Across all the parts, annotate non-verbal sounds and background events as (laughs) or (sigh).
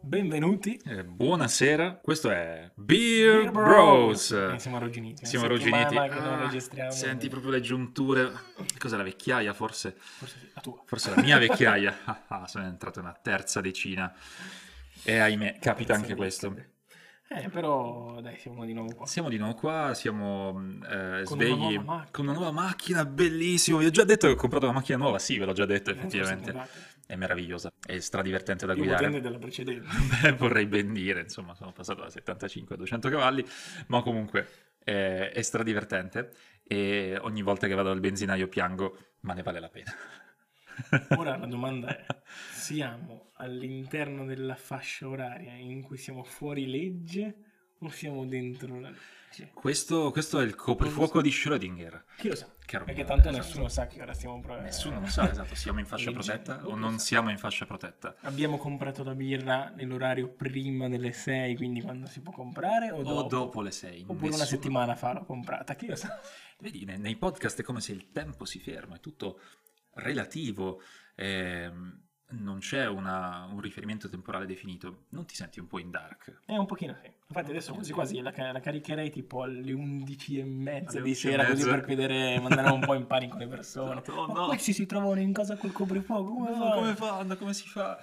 Benvenuti. Eh, buonasera, questo è Beer Bros. Eh, siamo arrugginiti. Siamo Una arrugginiti. settimana che non Ah, registriamo. Senti proprio le giunture. Cos'è la vecchiaia? Forse, Forse sì, la tua. forse la (laughs) mia vecchiaia. Ah, ah, sono entrato nella terza decina. E ahimè, capita anche questo. Eh, però dai, siamo di nuovo qua. Siamo di nuovo qua, siamo eh, Con svegli una nuova macchina. con una nuova macchina, bellissimo. Vi ho già detto che ho comprato una macchina nuova, sì, ve l'ho già detto Non so se effettivamente. guardate. È meravigliosa, è stradivertente da Eh, Io guidare. potente della precedente. Beh, vorrei ben dire, insomma, sono passato da 75 a 200 cavalli, ma comunque eh, è stradivertente e ogni volta che vado al benzinaio piango, ma ne vale la pena. (laughs) Ora la domanda è, siamo all'interno della fascia oraria in cui siamo fuori legge o siamo dentro la legge? Questo, questo è il coprifuoco di Schrödinger. Chi lo sa? Caro Perché mio, tanto esatto. nessuno sa che ora stiamo provando. Nessuno lo sa, esatto, siamo in fascia Legge. protetta o Chi non lo sa? siamo in fascia protetta. Abbiamo comprato la birra nell'orario prima delle 6, quindi quando si può comprare o O dopo? dopo, le 6. Oppure una settimana fa l'ho comprata, chi lo sa? Vedi, ne- nei, podcast è come se il tempo si ferma, è tutto relativo, ehm, non c'è una- un riferimento temporale definito. Non ti senti un po' in dark? È un pochino sì. Infatti adesso quasi quasi la, ca- la caricherei tipo alle 11 e mezza di 11 e sera così mezza. per vedere, mandare un po' in panico le (laughs) persone. Esatto, oh Ma no. questi si trovano in casa col coprifuoco, come fanno? fanno? Come si fa?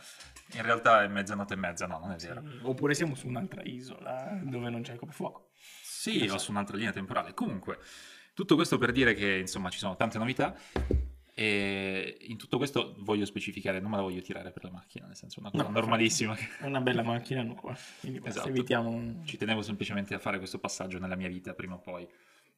In realtà è mezzanotte e mezza, no, non è Sì. vero. Oppure siamo su un'altra isola dove non c'è il coprifuoco. Sì, o su un'altra linea temporale. Comunque, tutto questo per dire che insomma ci sono tante novità. E in tutto questo voglio specificare, non me la voglio tirare per la macchina, nel senso, è una cosa No, normalissima. che- È una bella macchina nuova, quindi basta, Esatto. evitiamo un- Ci tenevo semplicemente a fare questo passaggio nella mia vita prima o poi.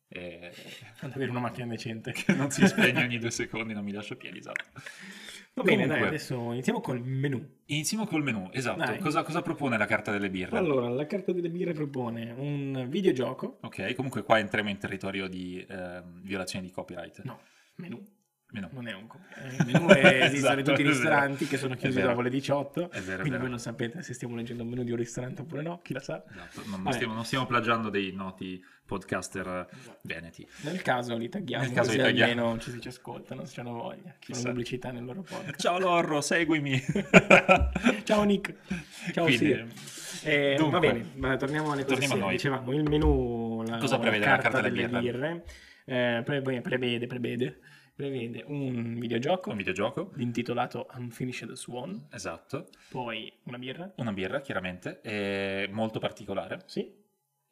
E... (laughs) ad avere una macchina decente. (laughs) che non si spegne ogni due secondi, non mi lascia piedi, esatto. (laughs) Va bene, dai, Comunque, adesso iniziamo col menù. Iniziamo col menù, esatto. Dai. Cosa, cosa propone la carta delle birre? Allora, la carta delle birre propone un videogioco, Ok, comunque qua entriamo in territorio di ehm, violazione di copyright. No. menù, Menù. non è un co- eh, il (laughs) menù, è, esistono Esatto, in tutti i è vero. ristoranti che sono È chiusi vero. dopo le 18, È vero, è quindi vero. voi non sapete se stiamo leggendo il menù di un ristorante oppure no, chi la sa. Esatto, Non, non Vabbè. stiamo, non stiamo plagiando dei noti podcaster Esatto. (laughs) veneti. Nel caso li tagghiamo, Nel caso così li tagghiamo. almeno ci, ci ascoltano, se hanno voglia, che fanno Chissà. pubblicità nel loro (laughs) podcast. Ciao Lorro, (laughs) seguimi. Ciao Nick. Ciao Quindi, Siri. Eh, va dunque, bene, ma torniamo alle cose torniamo serie. a noi. Dicevamo, il menu, la, Cosa la prevede la carta, carta delle delle birre, eh, pre- prevede, prevede, prevede un videogioco Un videogioco, intitolato Unfinished Swan, esatto. poi una birra, Una birra, chiaramente, è molto particolare. sì,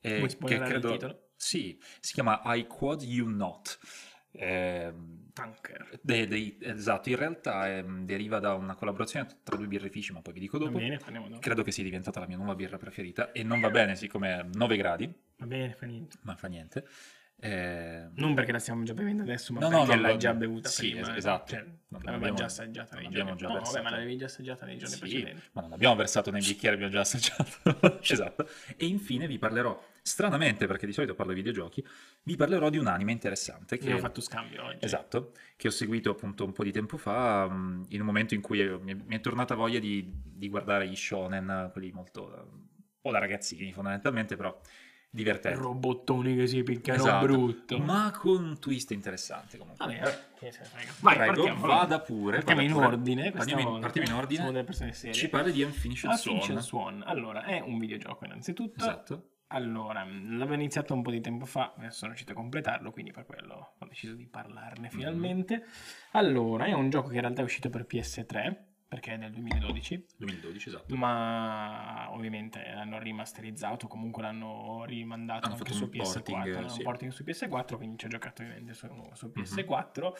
eh, Vuoi spoilerare il credo- titolo? Sì, si chiama I Quad You Not. Ehm, Tanker. Dei- dei- esatto, in realtà ehm, deriva da una collaborazione tra due birrifici, ma poi vi dico Va dopo. bene, parliamo dopo. Credo che sia diventata la mia nuova birra preferita e non va bene siccome è 9 gradi, Va bene, fa niente. ma fa niente. Eh, Non perché la stiamo già bevendo adesso, ma No, no, perché no, l'hai no, già bevuta sì, prima. es- esatto. Cioè, Non l'avevamo abbiamo- già assaggiata nei non giorni. abbiamo già no, vabbè, ma versato. l'avevi già assaggiata nei giorni sì, precedenti. ma non abbiamo versato nei bicchieri, abbiamo già assaggiato. (laughs) esatto. E infine vi parlerò, stranamente perché di solito parlo di videogiochi, vi parlerò di un anime interessante che Abbiamo fatto scambio oggi. Esatto, che ho seguito appunto un po' di tempo fa, mh, in un momento in cui eh, mi è, mi è tornata voglia di, di guardare gli shonen, eh, quelli molto eh, un po' da ragazzini fondamentalmente, però divertenti. robottoni che si picchiano certo. Esatto. brutto. Ma con un twist interessante comunque. Vabbè, che se ne frega. Ah, vai, Prego, partiamo. vada pure. partiamo vada in pure. ordine. questa Partiamo in, volta. partiamo in Siamo ordine. delle persone serie. Ci parli di Unfinished Unfinished Swan. Swan. Allora, è un videogioco innanzitutto. Esatto. Allora, mm, l'avevo iniziato un po' di tempo fa, adesso sono riuscito a completarlo, quindi per quello ho deciso di parlarne finalmente. Allora, è un gioco che in realtà è uscito per PS3, perché è del 2012, 2012, esatto. ma ovviamente l'hanno rimasterizzato, comunque l'hanno rimandato Hanno anche fatto su un porting, PS4, hanno sì. Mhm. un porting su PS4, quindi ci ho giocato ovviamente su, su PS4.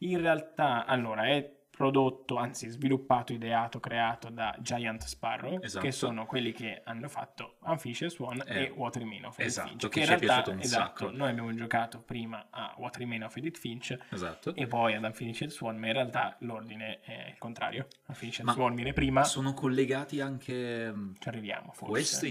In realtà, allora, è prodotto, anzi sviluppato, ideato, creato da Giant Sparrow, Esatto. che sono quelli che hanno fatto Unfish Swan Eh, e Watermelon of Edith esatto, Finch. che in ci è realtà, piaciuto un esatto, sacco. Noi abbiamo giocato prima a Watermelon of Edith Finch Esatto. e poi ad Unfinished Swan, ma in realtà l'ordine è il contrario. Unfinished Ma Swan viene prima, Sono collegati anche... mh, ci arriviamo Cioè, forse. Questo è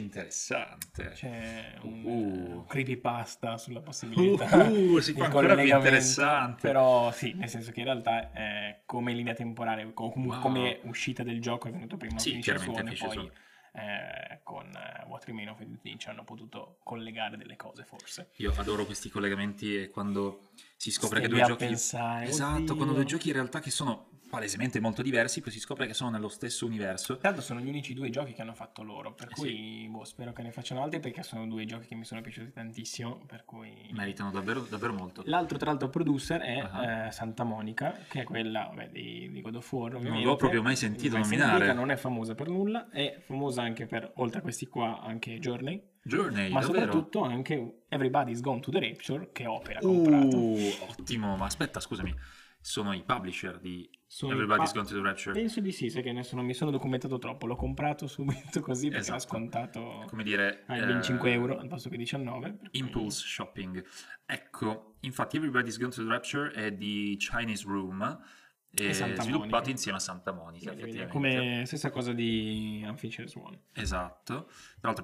interessante. C'è un Uh. eh, creepypasta sulla Uh, possibilità. uh, si di fa ancora più collegamento, interessante. Però sì, nel senso che in realtà eh, come linea temporale, o comunque Wow. come uscita del gioco è venuto prima Sì, Unfinished chiaramente Swan e Unfinished poi eh, con eh, What Remain of Edith Lynch hanno potuto collegare delle cose forse. Io adoro questi collegamenti e quando si scopre Stai che lì due a giochi... pensare, esatto, oddio. quando due giochi in realtà che sono palesemente molto diversi, poi si scopre che sono nello stesso universo. Tanto sono gli unici due giochi che hanno fatto loro, per Eh cui boh, spero che ne facciano altri perché sono due giochi che mi sono piaciuti tantissimo, per cui... Meritano davvero, davvero molto. L'altro, tra l'altro, producer è Ah. eh, Santa Monica, che è quella vabbè, di, di God of War. Non ovviamente. l'ho proprio mai sentito Mai nominare. sentita, non è famosa per nulla, è famosa anche per, oltre a questi qua, anche Journey, Journey, ma davvero. soprattutto anche Everybody's Gone to the Rapture, che Opera ha comprato. Uh, ottimo, ma aspetta, scusami. Sono i publisher di Sono Everybody's pa- Gone to the Rapture. Penso di sì, sai che adesso non mi sono documentato troppo, l'ho comprato (laughs) subito così perché era Esatto. scontato Come dire... a eh, 25 euro al posto che 19. per cui- Impulse Shopping. Ecco, infatti Everybody's Gone to the Rapture è di Chinese Room, eh, Santa sviluppato Monica. insieme a Santa Monica. Quindi, effettivamente. Come stessa cosa di Unfinished Swan. Esatto. Tra l'altro,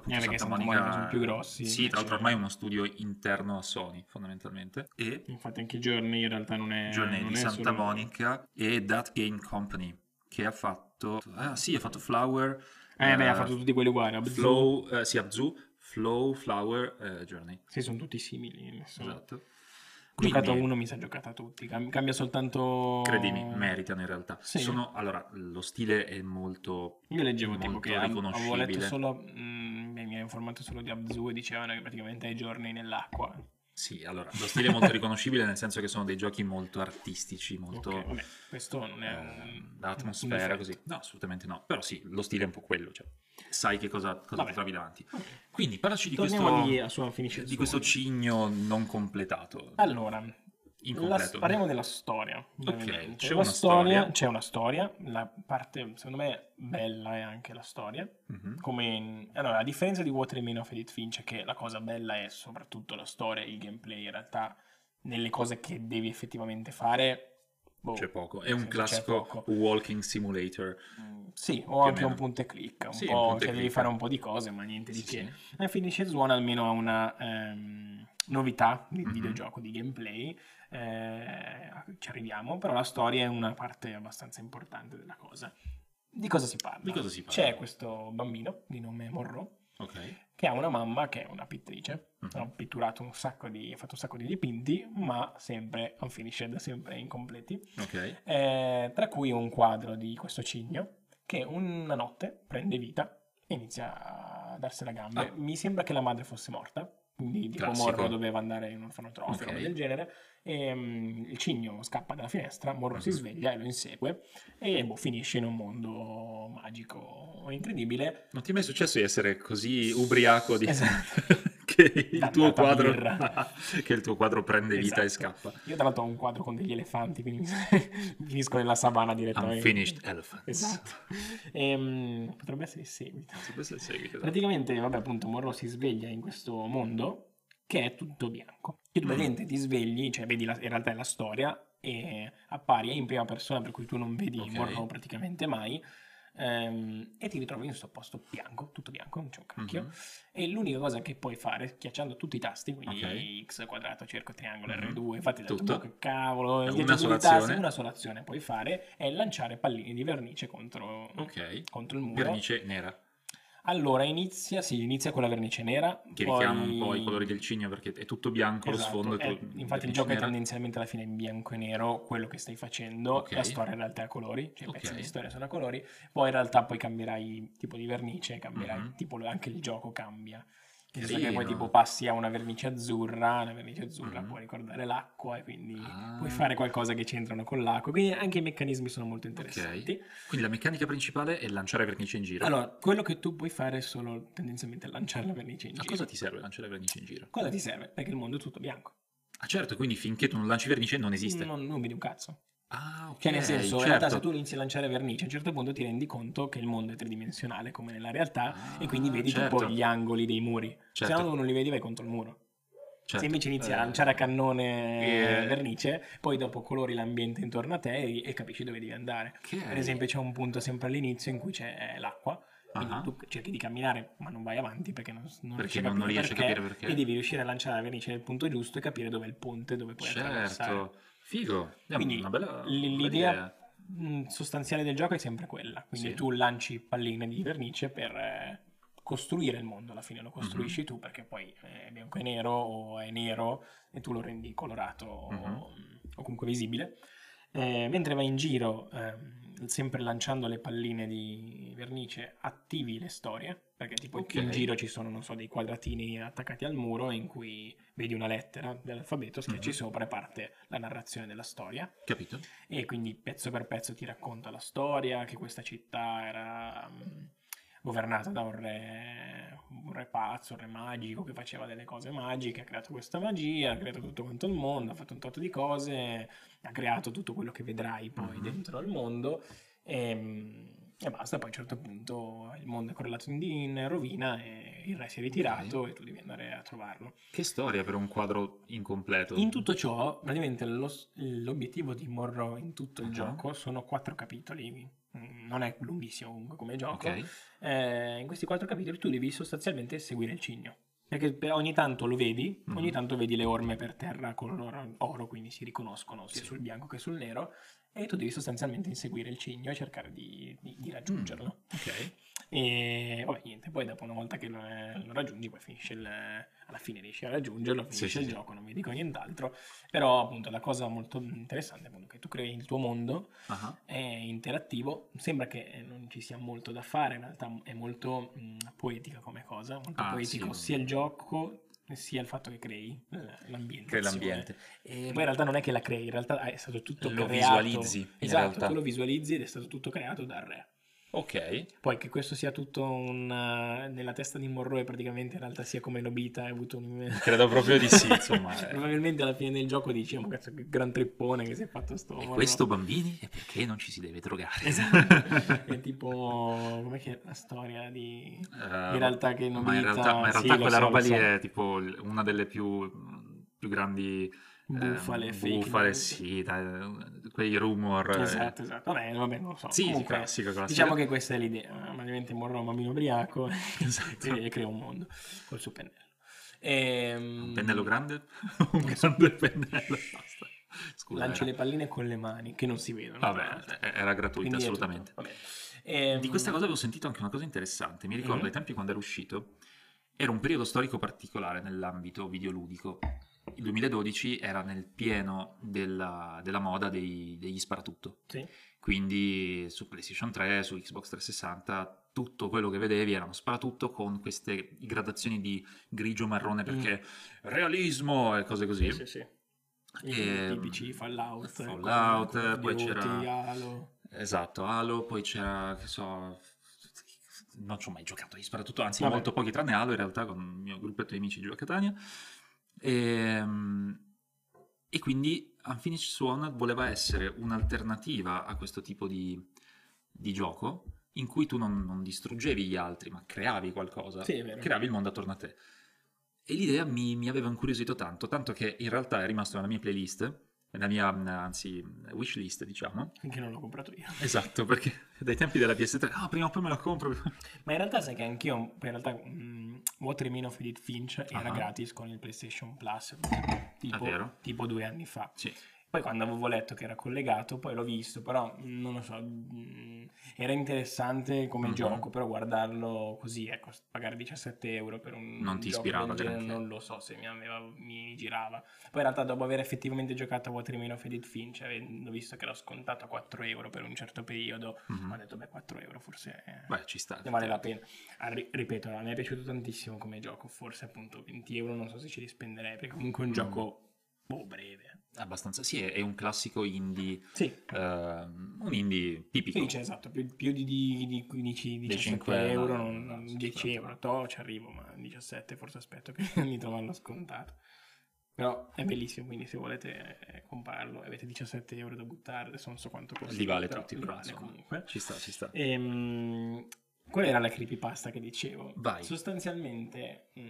Eh, appunto, perché Santa Santa Monica sono più grossi, Sì, tra l'altro, cioè- ormai è uno studio interno a Sony, fondamentalmente. E Infatti anche Journey in realtà non è... Journey Eh, non di è Santa solo- Monica e That Game Company, che ha fatto. Ah, sì, ha fatto Flower. Eh beh, eh, ha fatto tutti quelli uguali. Abzu- Flow, eh, sì, Abzu, Flow, Flower, eh, Journey. Sì, sono tutti simili. Nessuno. Esatto. Giocato a Quindi- uno mi sa giocata a tutti. Cam- cambia soltanto... Credimi, meritano in realtà. Sì. Sono, allora, lo stile è molto... Io leggevo tipo molto che av- avevo riconoscibile. letto solo... mm, mi mi ero informato solo di Abzu e dicevano che praticamente è Journey nell'acqua. Sì, allora, lo stile è molto riconoscibile nel senso che sono dei giochi molto artistici, molto... Ok, vabbè, questo non è... eh, un- un L'atmosfera difetto. così, no, assolutamente no. Però sì, lo stile è un po' quello, cioè sai che cosa, cosa Vabbè. ti trovi davanti. Ok. Quindi parlaci di Torniamo questo, lì a sua Unfinished di questo Swan. cigno non completato. Allora, incompleto. La- parliamo della storia. brevemente. c'è La una storia. C'è una storia. La parte, secondo me, bella è anche la storia. Mhm. Come in- allora, a differenza di What Remains of Edith Finch, che la cosa bella è soprattutto la storia, il gameplay, in realtà, nelle cose che devi effettivamente fare. boh, C'è poco. È nel un senso, c'è classico poco. walking simulator. Mm, Sì, più o o anche meno. un punto e click. Un Sì, un po', punto e cioè, devi click. fare un po' di cose, ma niente di Sì, che. sì. E Finish Zone almeno ha una ehm, novità di Mhm. videogioco, di gameplay, eh, ci arriviamo, però la storia è una parte abbastanza importante della cosa. Di cosa si parla? Di cosa si parla? C'è questo bambino di nome Morro Ok. che ha una mamma che è una pittrice, Mhm. ha pitturato un sacco di, ha fatto un sacco di dipinti, ma sempre unfinished, sempre incompleti, Ok. eh, tra cui un quadro di questo cigno che una notte prende vita e inizia a darsela gambe. Ah. Mi sembra che la madre fosse morta, quindi tipo Classico. Morro doveva andare in un orfanotrofio, Ok. roba del genere. E, mm, il cigno scappa dalla finestra, Morro si Mhm. sveglia e lo insegue e boh, finisce in un mondo magico incredibile. Non ti è mai successo di essere così ubriaco (laughs) di... Esatto. (laughs) che il tuo Dannata quadro (laughs) Ah, birra. che il tuo quadro prende vita e Esatto. scappa. Io tra l'altro ho un quadro con degli elefanti, quindi (laughs) finisco nella savana direttamente. Unfinished Elephants. Esatto. Ehm, potrebbe essere il seguito. Questo è il seguito. esatto. Praticamente, vabbè, appunto, Monroe si sveglia in questo mondo che è tutto bianco. E tu Mm. praticamente ti svegli, cioè vedi la- in realtà è la storia e appari in prima persona per cui tu non vedi Ok. Monroe praticamente mai. ehm, e ti ritrovi in questo posto bianco, tutto bianco, non c'è un cacchio. Mhm. E l'unica cosa che puoi fare, schiacciando tutti i tasti, quindi X, quadrato, cerco, triangolo, Mhm. R2, infatti hai detto, Tutto. "Boh, che cavolo, È dietro una tutti i sola tasti, azione. una sola azione puoi fare, è lanciare palline di vernice contro, Ok. contro il muro. Vernice nera, Allora inizia, sì, inizia con la vernice nera, che poi... richiama un po' i colori del cigno perché è tutto bianco Esatto, lo sfondo. è- È tutto infatti il vernice gioco è nera. tendenzialmente alla fine in bianco e nero quello che stai facendo, Ok. la storia in realtà è a colori, cioè i pezzi Ok. di storia sono a colori, poi in realtà poi cambierai tipo di vernice, cambierai Mhm. tipo anche il gioco cambia. Nel senso che Carino. poi tipo passi a una vernice azzurra, la vernice azzurra Mhm. può ricordare l'acqua e quindi Ah. puoi fare qualcosa che c'entrano con l'acqua, quindi anche i meccanismi sono molto interessanti. Quindi la meccanica principale è lanciare vernice in giro. Allora, quello che tu puoi fare è solo tendenzialmente lanciare la vernice in a giro. cosa ti serve lanciare vernice in giro? Cosa ti serve? Perché il mondo è tutto bianco. Ah certo, quindi finché tu non lanci vernice non esiste. Non, non vedi un cazzo. Ah, ok. Cioè, nel senso, in certo. realtà, se tu inizi a lanciare vernice, a un certo punto ti rendi conto che il mondo è tridimensionale come nella realtà, e quindi Ah, vedi certo. tipo gli angoli dei muri. Certo, Se no, non li vedi, vai contro il muro. certo. Se invece inizi a Eh, lanciare a cannone eh. vernice, poi dopo colori l'ambiente intorno a te e, e capisci dove devi andare. ok. Per esempio, c'è un punto sempre all'inizio in cui c'è eh, l'acqua. Quindi Ah, tu cerchi di camminare, ma non vai avanti perché non, non perché riesci a non, non capire riesci a capire perché. E devi riuscire a lanciare la vernice nel punto giusto e capire dove è il ponte, dove puoi attraversare. Certo, figo. È Quindi una bella, l- bella l'idea- idea. Mm, sostanziale del gioco è sempre quella. Quindi Sì. tu lanci palline di vernice per eh, costruire il mondo, alla Mhm. fine lo costruisci tu perché poi eh, è bianco e nero o è nero e tu lo rendi colorato o- Mhm. o comunque visibile. Eh, mentre vai in giro, ehm, sempre lanciando le palline di vernice, attivi le storie, perché tipo Ok. in giro ci sono, non so, dei quadratini attaccati al muro in cui vedi una lettera dell'alfabeto, schiacci Mhm. sopra e parte la narrazione della storia Capito? e quindi pezzo per pezzo ti racconta la storia, che questa città era mm, governata da un re, un re pazzo, un re magico che faceva delle cose magiche, ha creato questa magia, ha creato tutto quanto il mondo, ha fatto un tot di cose, ha creato tutto quello che vedrai poi Mhm. dentro al mondo e, mm, e basta, poi a un certo punto il mondo è correlato in, in rovina e il re si è ritirato e tu devi andare a trovarlo. Che storia per un quadro incompleto. In tutto ciò, praticamente lo s- l'obiettivo di Morro in tutto il Ah. gioco sono quattro capitoli. Mm, Non è lunghissimo comunque come gioco. Ok. Eh, in questi quattro capitoli tu devi sostanzialmente seguire il cigno. Perché per- ogni tanto lo vedi, Mhm. ogni tanto vedi le orme per terra color oro, quindi si riconoscono sia Sì. sul bianco che sul nero, e tu devi sostanzialmente inseguire il cigno e cercare di, di- di raggiungerlo. Mm. Ok. E vabbè, niente, poi dopo una volta che lo, eh, lo raggiungi, poi finisce il, alla fine riesci a raggiungerlo, finisce sì, il sì. gioco, non vi dico nient'altro, però appunto la cosa molto interessante è appunto che tu crei il tuo mondo, Ah, è interattivo, sembra che eh, non ci sia molto da fare, in realtà è molto mh, poetica come cosa, molto Ah, poetico sì. sia il gioco sia il fatto che crei eh, l'ambiente. Crea l'ambiente. E poi in realtà non è che la crei, in realtà eh, è stato tutto Lo creato. visualizzi, in Esatto, realtà. tu lo visualizzi ed è stato tutto creato dal re. Ok. Poi che questo sia tutto un... eh, nella testa di Monroe praticamente in realtà sia come Nobita ha avuto un... Credo proprio di (laughs) sì, insomma, eh. Probabilmente alla fine del gioco dici, "Oh, ma cazzo che gran trippone che si è fatto sto E Monroe." questo, bambini, è perché non ci si deve (laughs) drogare. Esatto. è tipo... com'è che è la storia di... Eh, In realtà che non ma in vita- realtà, ma in sì, realtà lo quella so, roba lo lì so. è tipo l- una delle più, più grandi Bufale, eh, fake bufale, news. sì, dai, quei rumor. eh. Esatto, esatto. Vabbè, vabbè, non lo so. Sì, sì, Comunque, classico, classico. diciamo che questa è l'idea. Praticamente Monroe è un bambino ubriaco (laughs) Esatto. e crea un mondo col suo pennello. Ehm, mm, (laughs) Un pennello grande? un grande pennello. Basta. Scusa. Lanci era- le palline con le mani, che non si vedono. tra l'altro. Vabbè, eh, era gratuito, Quindi è assolutamente. tutto, vabbè. Ehm, Di questa cosa avevo sentito anche una cosa interessante. Mi ricordo Mhm. ai tempi quando era uscito, era un periodo storico particolare nell'ambito videoludico. Il 2012 era nel pieno della, della moda dei- degli sparatutto. Sì. Quindi su PlayStation 3, su Xbox 360, tutto quello che vedevi era uno sparatutto con queste gradazioni di grigio-marrone perché realismo e cose così. Sì, sì, sì. I Ehm, tipici Fallout, eh, Fallout, Call of poi Duty, c'era- Halo. Esatto, Halo, poi c'era, che so, non ci ho mai giocato agli sparatutto, anzi Vabbè. molto pochi, tranne Halo in realtà con il mio gruppetto di amici di Catania. Ehm, E, quindi Unfinished Swan voleva essere un'alternativa a questo tipo di, di gioco in cui tu non, non distruggevi gli altri, ma creavi qualcosa, Sì, è vero. creavi il mondo attorno a te. E l'idea mi, mi aveva incuriosito tanto, tanto che in realtà è rimasto nella mia playlist, nella mia, mm, anzi, wishlist, diciamo. Che non l'ho comprato io. Esatto, (laughs) perché dai tempi della PS3, ah, prima o poi me la compro. (laughs) Ma in realtà sai che anch'io, poi in realtà, mh, What Remain of Edith Finch era Ah. gratis con il PlayStation Plus, vero. tipo, tipo due anni fa. Sì. Poi quando avevo letto che era collegato, poi l'ho visto, però mh, non lo so, mh, era interessante come Mhm. gioco, però guardarlo così, ecco, pagare 17 euro per un Non ti gioco ispirava del genere, granché. non lo so se mi, aveva- mi girava. Poi in realtà dopo aver effettivamente giocato a What Remain of Edith Finch, avendo visto che l'ho scontato a 4 euro per un certo periodo, Mhm. ho detto beh 4 euro forse... eh, Beh, ci sta. ne vale la pena. Ah, ri- ripeto, a me è piaciuto tantissimo come gioco, forse appunto 20 euro non so se ci li spenderei, perché comunque è un Mm. gioco boh, breve. Abbastanza, sì, è, è un classico indie, Sì, ehm, un indie tipico. sì cioè, esatto, più, più di, di, di 15, 17 5, euro, no, non- no, non- sì, 10 certo. euro, to, ci arrivo, ma 17 forse aspetto che (laughs) mi trovano scontato. Però è bellissimo, quindi se volete eh, comprarlo, avete 17 euro da buttare, adesso non so quanto costa. Li vale però tutti, li però, vale insomma. comunque. Ci sta, ci sta. Ehm, qual era la creepypasta che dicevo? Vai. Sostanzialmente mh,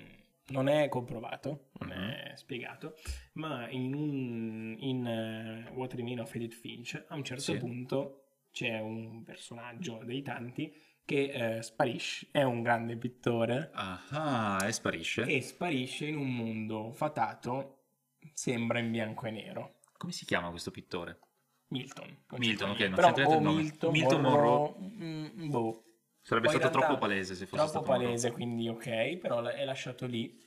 non è comprovato, non Mm-hmm. è spiegato, ma in, un, in eh, What Remain of Edith Finch a un certo Sì. punto c'è un personaggio dei tanti che eh, sparisce, è un grande pittore Ah, e sparisce. e sparisce in un mondo fatato, sembra in bianco e nero. Come si chiama questo pittore? Milton. Milton, ok, non Però sentirete o il nome. Milton, Milton Monroe, mm, boh, Sarebbe Poi in stato realtà- troppo palese se fosse troppo stato Madoka. palese, quindi ok, però l- è lasciato lì.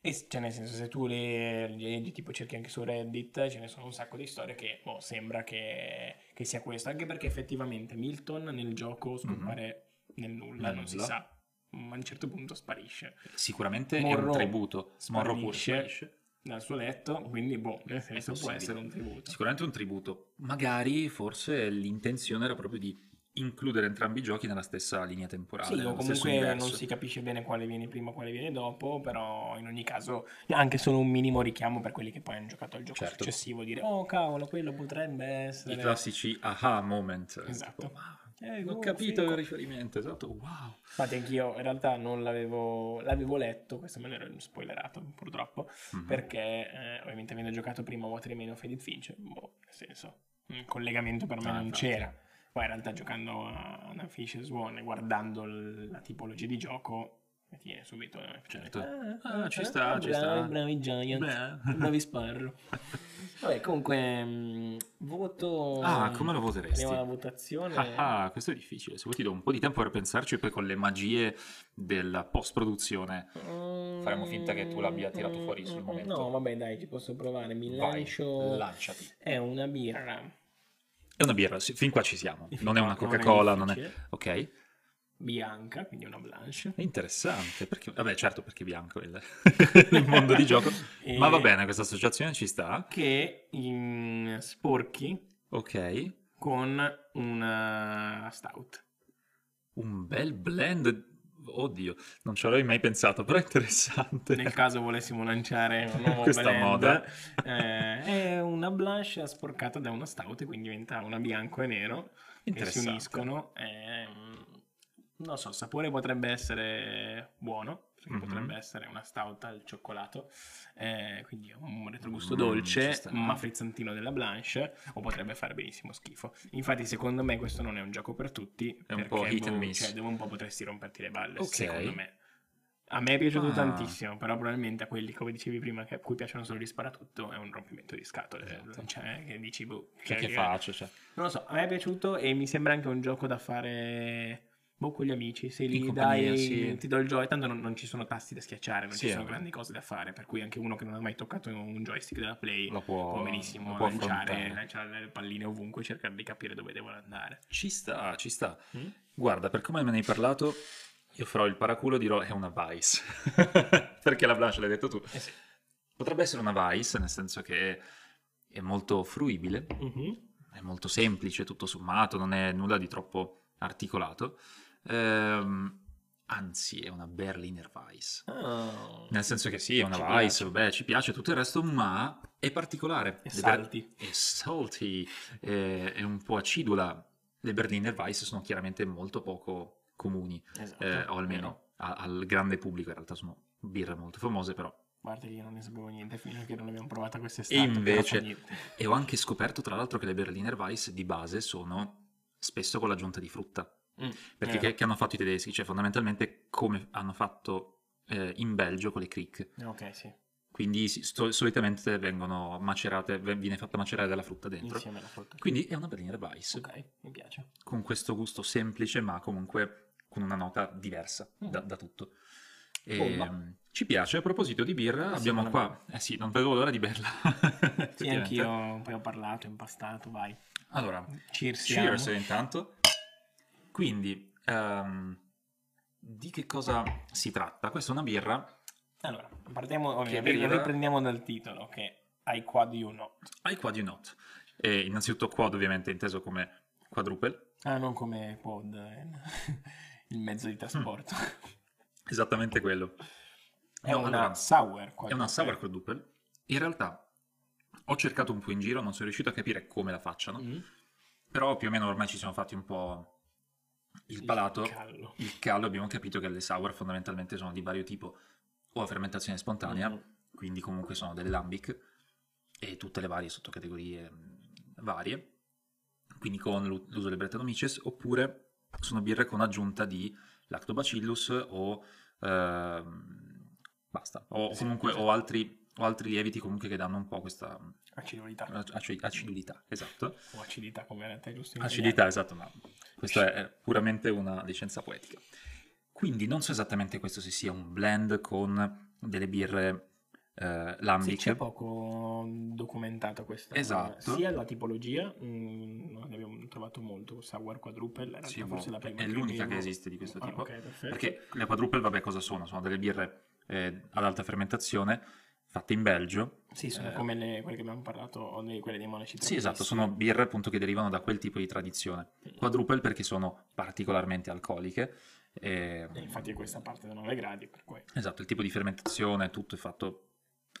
E s- cioè, nel senso, se tu le leggi, tipo cerchi anche su Reddit, ce ne sono un sacco di storie che boh, sembra che, che sia questo. Anche perché effettivamente Milton nel gioco scompare nel nulla, Nel non si Mhm. nulla. sa. Ma a un certo punto sparisce Sicuramente è Monroe un tributo. Monroe pure sparisce. sparisce. dal suo letto, quindi boh, nel senso può possibile. essere un tributo. Sicuramente un tributo. Magari forse l'intenzione era proprio di includere entrambi i giochi nella stessa linea Sì, temporale. o nello stesso comunque universo. non si capisce bene quale viene prima, quale viene dopo, però in ogni caso anche solo un minimo richiamo per quelli che poi hanno giocato al gioco Certo. successivo, dire oh cavolo, quello potrebbe I essere... classici aha moment. Esatto. Tipo, "Ah, Eh, Ho oh, capito figo." il riferimento, esatto, wow. Infatti anch'io in realtà non l'avevo, l'avevo letto, questo me l'ero spoilerato purtroppo, Mhm. perché eh, ovviamente avendo giocato prima Water Remain of Edith Finch, boh, nel senso, un collegamento per me Ah, non infatti. c'era. Poi in realtà giocando a una Fish and Swan e guardando l- la tipologia di gioco, mi tiene subito... eh, cioè, Certo. Ah, Ah, ci sta, ci bravi, sta. Bravi Giant, Beh. bravi Sparrow. Vabbè, comunque, mh, voto... (laughs) Ah, come lo voteresti? Andiamo alla votazione. Ah, ah, questo è difficile. Se vuoi ti do un po' di tempo per pensarci e poi con le magie della post-produzione. Faremo Faremo finta che tu l'abbia tirato fuori sul momento. Mm, No, vabbè, dai, ci posso provare. Mi Vai, lancio. lanciati. È una birra. È una birra, sì, fin qua ci siamo. Non è Non una è Coca-Cola, non è... difficile. Ok, è Bianca, quindi una blanche. interessante. Perché... Vabbè, certo, perché è bianco il, (laughs) il mondo di gioco. (laughs) E- Ma va bene, questa associazione ci sta. Che in sporchi Ok, con una stout. un bel blend. Oddio, non ci avrei mai pensato, però è interessante. (laughs) Nel caso volessimo lanciare un nuovo Questa blend, moda. eh, è una blanche sporcata da una stout e quindi diventa una bianco e nero. che si (laughs) Interessante. uniscono. ehm, non so, il sapore potrebbe essere buono, perché Mhm. potrebbe essere una stout al cioccolato, eh, quindi un retrogusto Mm, ci dolce, sta. ma frizzantino della Blanche, o potrebbe fare benissimo schifo. Infatti, secondo me questo non è un gioco per tutti, È un perché, po' hit and boh, miss. cioè, dove un po' potresti romperti le balle, Ok. secondo me. A me è piaciuto Ah. tantissimo, però probabilmente a quelli, come dicevi prima, che a cui piacciono solo gli sparatutto, è un rompimento di scatole. Esatto. Cioè, che dici, boh, Cioè, che faccio? Cioè, non lo so, a me è piaciuto e mi sembra anche un gioco da fare boh, con gli amici. Se li compagnia, dai, sì. ti do il joy, tanto non, non ci sono tasti da schiacciare, non Sì, ci sono eh. grandi cose da fare. Per cui anche uno che non ha mai toccato un joystick della Play lo può, può lo benissimo può lanciare, affrontare. lanciare le palline ovunque e cercare di capire dove devono andare. Ci sta, ci sta. Mm? Guarda, per come me ne hai parlato, io farò il paraculo e dirò è una Vice. (laughs) Perché la Blanche l'hai detto tu. Eh sì. Potrebbe essere una Vice, nel senso che è molto fruibile, è molto semplice tutto sommato, non è nulla di troppo articolato. Ehm, anzi, è una Berliner Vice. Ah. Nel senso che sì, è una Ci Vice, piace. vabbè, ci piace tutto il resto, ma è particolare. E Le Ber- salti. è salty, è, è un po' acidula. Le Berliner Weiss sono chiaramente molto poco comuni, Esatto. eh, o almeno a- al grande pubblico, in realtà sono birre molto famose, però. Guarda che io non ne sapevo niente fino a che non l'abbiamo provata quest'estate. E però invece- fa niente. E ho anche scoperto, tra l'altro, che le Berliner Weiss di base sono spesso con l'aggiunta di frutta, Mm, perché eh, che, che hanno fatto i tedeschi, cioè fondamentalmente come hanno fatto eh, in Belgio con le Creek. Ok, sì. Quindi si- sto- solitamente vengono macerate, v- viene fatta macerare della frutta dentro. Insieme alla frutta. Quindi è una Berliner Weiss Ok, mi piace. con questo gusto semplice, ma comunque con una nota diversa Mm. da, da tutto. E, Bomba. mm, ci piace. A proposito di birra, Eh sì, abbiamo non- qua. Eh sì, non vedo l'ora di berla. (laughs) Sì, Effettivamente. anch'io poi ho parlato, impastato, vai. Allora, Cheers. cheers eh. intanto. Quindi, ehm, di che cosa si tratta? Questa è una birra. Allora, partiamo, ovviamente, Che birra? riprendiamo dal titolo, che I Quad You Know. Ai quad you not. E innanzitutto quad ovviamente è inteso come quadruple, Ah, non come pod, eh, (laughs) il mezzo di trasporto. Esattamente quello. È Mm. No, una allora, sour quad. è una sour quadruple. In realtà ho cercato un po' in giro, non sono riuscito a capire come la facciano, Mm. però più o meno ormai ci siamo fatti un po' il palato, il callo, callo. abbiamo capito che le sour fondamentalmente sono di vario tipo, o a fermentazione spontanea, Mm. quindi comunque sono delle lambic e tutte le varie sottocategorie mh, varie, quindi con l'u- l'uso del Brettanomyces, oppure sono birre con aggiunta di lactobacillus o ehm, basta, o Sì, comunque esatto. o altri, o altri lieviti comunque che danno un po' questa mh, Acidità, cioè, ac- acidità, esatto. o acidità come era te giusto? in Acidità, esatto, ma Questa è puramente una licenza poetica. Quindi non so esattamente questo se sia un blend con delle birre eh, Sì, c'è lambiche. poco documentato questa Esatto. sia la tipologia, mh, non ne abbiamo trovato molto, Sour Quadruple, in realtà Sì, forse boh, la prima è l'unica abbiamo- che esiste di questo Ah, tipo. ok, perfetto. Perché le quadruple, vabbè, cosa sono? Sono delle birre eh, ad alta fermentazione fatte in Belgio. Sì, sono Eh, come le, quelle che abbiamo parlato, o le- quelle dei monaci Sì, esatto, trappesi. sono birre appunto che derivano da quel tipo di tradizione. Quadruple perché sono particolarmente alcoliche. e- E infatti è questa parte da 9 gradi, per cui Esatto, il tipo di fermentazione, tutto è fatto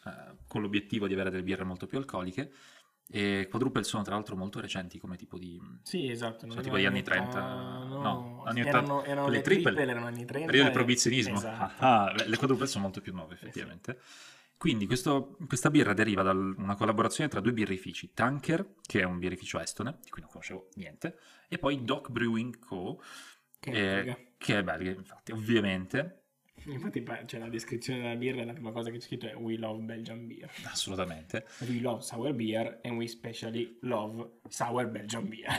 eh, con l'obiettivo di avere delle birre molto più alcoliche. E quadruple sono tra l'altro molto recenti come tipo di... Sì, esatto. non Sono tipo erano gli anni 30, ottanta- no, anni erano, 80, erano quelle le triple, triple, erano anni 30. Periodo e- del provizionismo. Esatto. (laughs) Ah, ah, beh, le quadruple sono molto più nuove, sì. effettivamente. Quindi questo- questa birra deriva da una collaborazione tra due birrifici, Tanker, che è un birrificio estone, di cui non conoscevo niente, e poi Doc Brewing Co., Che eh, figa. che è belga, infatti, ovviamente, (laughs) Infatti pa- c'è la descrizione della birra e la prima cosa che c'è scritto è We love Belgian beer, assolutamente. we love sour beer and we specially love sour Belgian beer.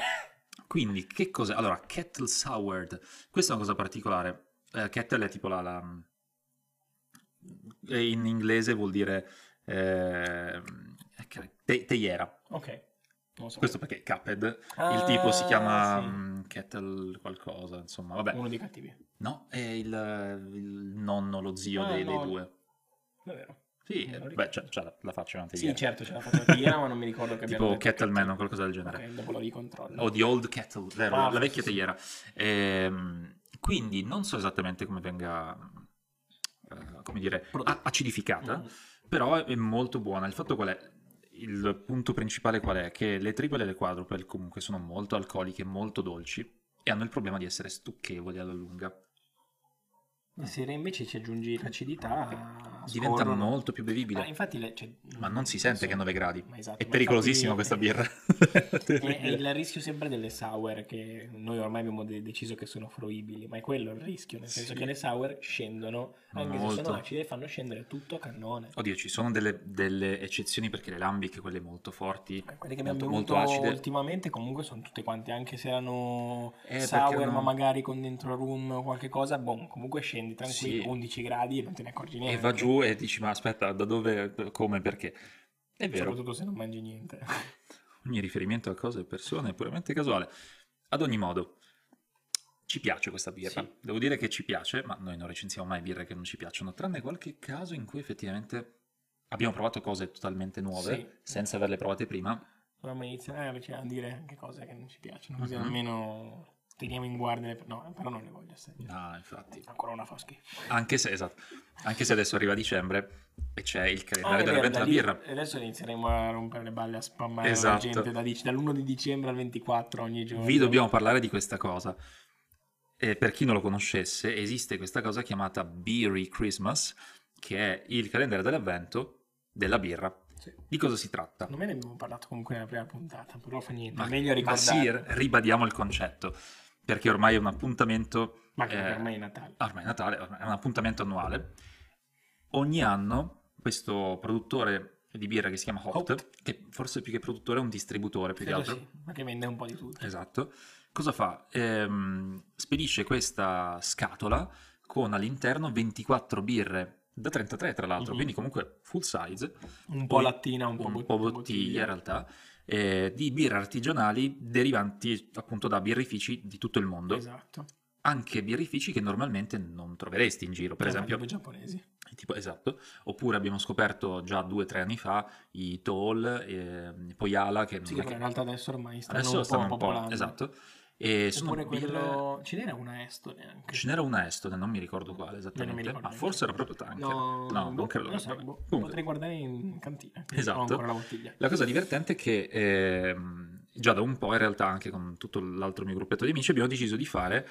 Quindi, che cos'è? Allora, kettle soured. Questa è una cosa particolare. Eh, kettle è tipo la... la- eh, in inglese vuol dire... eh, te- teiera. (laughs) ok, non so. Questo perché Cuphead il Ah, tipo si chiama sì. Mm. mm, Kettle qualcosa, insomma, vabbè. Uno dei cattivi, No, è il, il nonno, lo zio Ah, dei, dei no. due. davvero. Sì, eh, Non lo beh, ricordo. c'è, c'è la, la faccia davanti Sì, ieri. certo, ce l'ha fatta birra, ma non mi ricordo che abbiamo Tipo detto Kettleman o cattivi. qualcosa del genere. Ok, dopo lo ricontrollo. O The Old Kettle, vero, Ah, la vecchia sì, sì. teiera. Ehm, quindi non so esattamente come venga, eh, come dire, Prodotta. a- acidificata, Mm. però è- è molto buona. Il fatto qual è? Il punto principale qual è? Che le triple e le quadruple comunque sono molto alcoliche, molto dolci e hanno il problema di essere stucchevoli alla lunga. Mm. Se invece ci aggiungi l'acidità, Diventa scorrono. molto più Ma bevibile, infatti, le- cioè, ma non si sente che è a 9 gradi. Ma esatto, È ma pericolosissima questa infatti- Eh, birra. È, è (laughs) Terribile. il rischio sempre delle sour che noi ormai abbiamo de- deciso che sono fruibili, ma è quello il rischio, nel senso Sì. che le sour scendono, anche se Molto. sono acide, fanno scendere tutto a cannone. Oddio, ci sono delle, delle eccezioni perché le lambiche, quelle molto forti, Quelle che abbiamo molto, bevuto molto acide, ultimamente comunque sono tutte quante, anche se erano Eh, perché sour erano- ma magari con dentro rum o qualche cosa, boh, comunque scendi tranquillo, Sì. 11 gradi e non te ne accorgi e niente. va giù e dici ma aspetta, da dove, come, perché? È vero, Soprattutto se non mangi (laughs) niente. ogni riferimento a cose e persone è puramente casuale. Ad ogni modo, ci piace questa birra. Sì. Devo dire che ci piace, ma noi non recensiamo mai birre che non ci piacciono, tranne qualche caso in cui effettivamente abbiamo provato cose totalmente nuove, Sì. senza averle provate prima. Dovremmo iniziare cioè, a dire anche cose che non ci piacciono, così Mhm. almeno teniamo in guardia le... No, però non le voglio assaggiare. Ah, infatti. Ancora una fa schifo. Anche se, esatto, anche se adesso arriva dicembre e c'è il Ah, calendario è della vero, vendita da della lì- birra. Adesso inizieremo a rompere le balle a spammare la Esatto. gente da dic- dall'1 di dicembre al 24 ogni giorno. Vi dobbiamo parlare di questa cosa. Eh, per chi non lo conoscesse, esiste questa cosa chiamata Beery Christmas, che è il calendario dell'avvento della birra. Sì. Di cosa si tratta? Non me ne abbiamo parlato comunque nella prima puntata, però fa niente. Ma- è meglio Ma Ah, sì, eh. ricordare. r- ribadiamo il concetto, perché ormai è un appuntamento, Ma che eh, ormai è Natale. ormai è Natale, ormai è un appuntamento annuale. Ogni anno questo produttore di birra che si chiama Hot, Hot. che forse più che produttore è un distributore più che Credo altro, sì, ma che vende un po' di tutto. Esatto. Cosa fa? Ehm, spedisce questa scatola con all'interno 24 birre, da 33 tra l'altro, Mhm. quindi comunque full size, Un po' lattina, un po', un bot- po' bottiglia in realtà, eh, di birre artigianali derivanti appunto da birrifici di tutto il mondo, Esatto. anche birrifici che normalmente non troveresti in giro, per esempio i giapponesi. Tipo, esatto, oppure abbiamo scoperto già due o tre anni fa i Toll, ehm, Poiala, che non Sì, è che che- poi in realtà adesso ormai stanno adesso un stanno po' un po', popolando. esatto, e sono Oppure birre... quello... Ce n'era una estone anche. Ce n'era una estone, non mi ricordo Eh, quale non mi esattamente, ricordo ma neanche. Ah, forse era proprio Tanker. No, boh, non credo. lo so, vabbè. boh, Comunque, potrei guardare in cantina. quindi Esatto. Ho ancora la bottiglia. La cosa divertente è che ehm, già da un po', in realtà, anche con tutto l'altro mio gruppetto di amici, abbiamo deciso di fare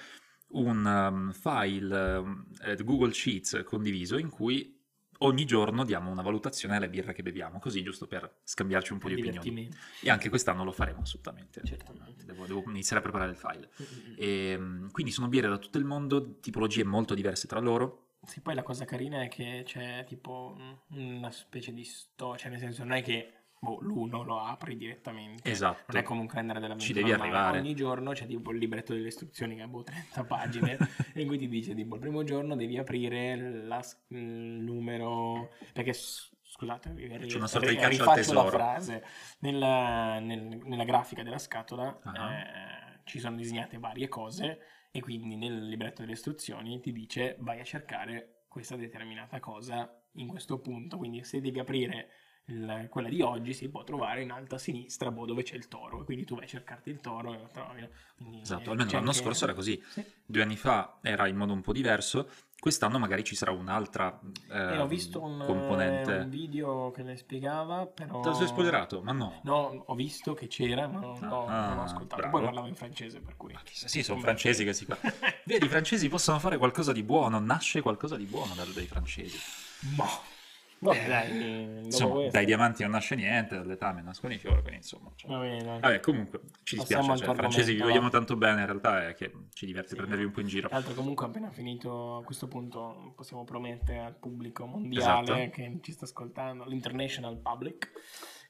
un um, file um, eh, Google Sheets condiviso in cui ogni giorno diamo una valutazione alle birre che beviamo, così giusto per scambiarci un po' di opinioni. divertimento. E anche quest'anno lo faremo assolutamente. Certamente. Devo- devo iniziare a preparare il file. E, mm, quindi sono birre da tutto il mondo, tipologie molto diverse tra loro. Sì, poi la cosa carina è che c'è tipo mm, una specie di sto, cioè nel senso non è che boh, l'uno lo apri direttamente. Esatto. Eh, Non è come un calendario della Ci devi arrivare. Ogni giorno c'è tipo il libretto delle istruzioni che ha boh, 30 (laughs) pagine e cui ti dice tipo il primo giorno devi aprire la s- il numero perché s- scusate ri- C'è una sorta di ri- caccia al rifaccio tesoro. la frase nella, nel- nella grafica della scatola Ah. eh, ci sono disegnate varie cose e quindi nel libretto delle istruzioni ti dice vai a cercare questa determinata cosa in questo punto quindi se devi aprire il- quella di oggi si può trovare in alta a sinistra boh, dove c'è il toro e quindi tu vai a cercarti il toro e lo trovi Quindi, Esatto, eh, almeno c'è l'anno anche- scorso era così, Sì. due anni fa era in modo un po' diverso, quest'anno magari ci sarà un'altra E ehm, Eh, ho visto un, componente. un video che ne spiegava, però... Te lo sei spoilerato? Ma no. No, ho visto che c'era, ma non, l'ho- Ah, non ho ascoltato. bravo. Poi parlavo in francese, per (laughs) cui... Boh. Ma Ah, chissà, sì, sono francesi che si fa. Vedi, i francesi possono fare qualcosa di buono, nasce qualcosa di buono dal- dai francesi. Ma... Vabbè, dai, eh, dopo Insomma, questo- dai diamanti non nasce niente, dall'etame nascono i fiori, quindi insomma. cioè. Va bene. Vabbè, comunque, ci dispiace, Ah. Passiamo al cioè, tuo i francesi vi argomento, vogliamo va. tanto bene, in realtà è che ci diverte Sì. prendervi un po' in giro. Tra l'altro comunque appena finito a questo punto possiamo promettere al pubblico mondiale Esatto. che ci sta ascoltando, l'international public,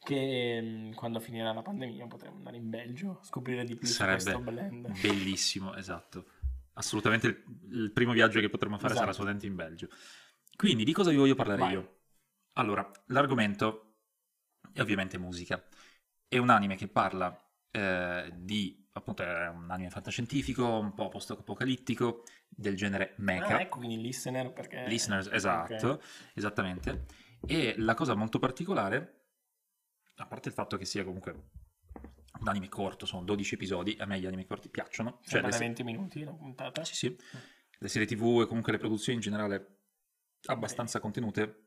che mm, quando finirà la pandemia potremo andare in Belgio a scoprire di più su Sarebbe questo blend. Bellissimo, esatto. Assolutamente il, il primo viaggio che potremo fare Esatto. sarà solamente in Belgio. Quindi di cosa vi voglio parlare Vai. io? Allora, l'argomento è ovviamente musica. È un anime che parla eh, di, appunto, è un anime fantascientifico, un po' post-apocalittico, del genere mecha. Ah, ecco quindi listener perché... Listeners, esatto, esattamente. E la cosa molto particolare, a parte il fatto che sia comunque un anime corto, sono 12 episodi, a me gli anime corti piacciono, cioè Cioè, le, se- 20 minuti la puntata. sì, sì. le serie tv e comunque le produzioni in generale abbastanza contenute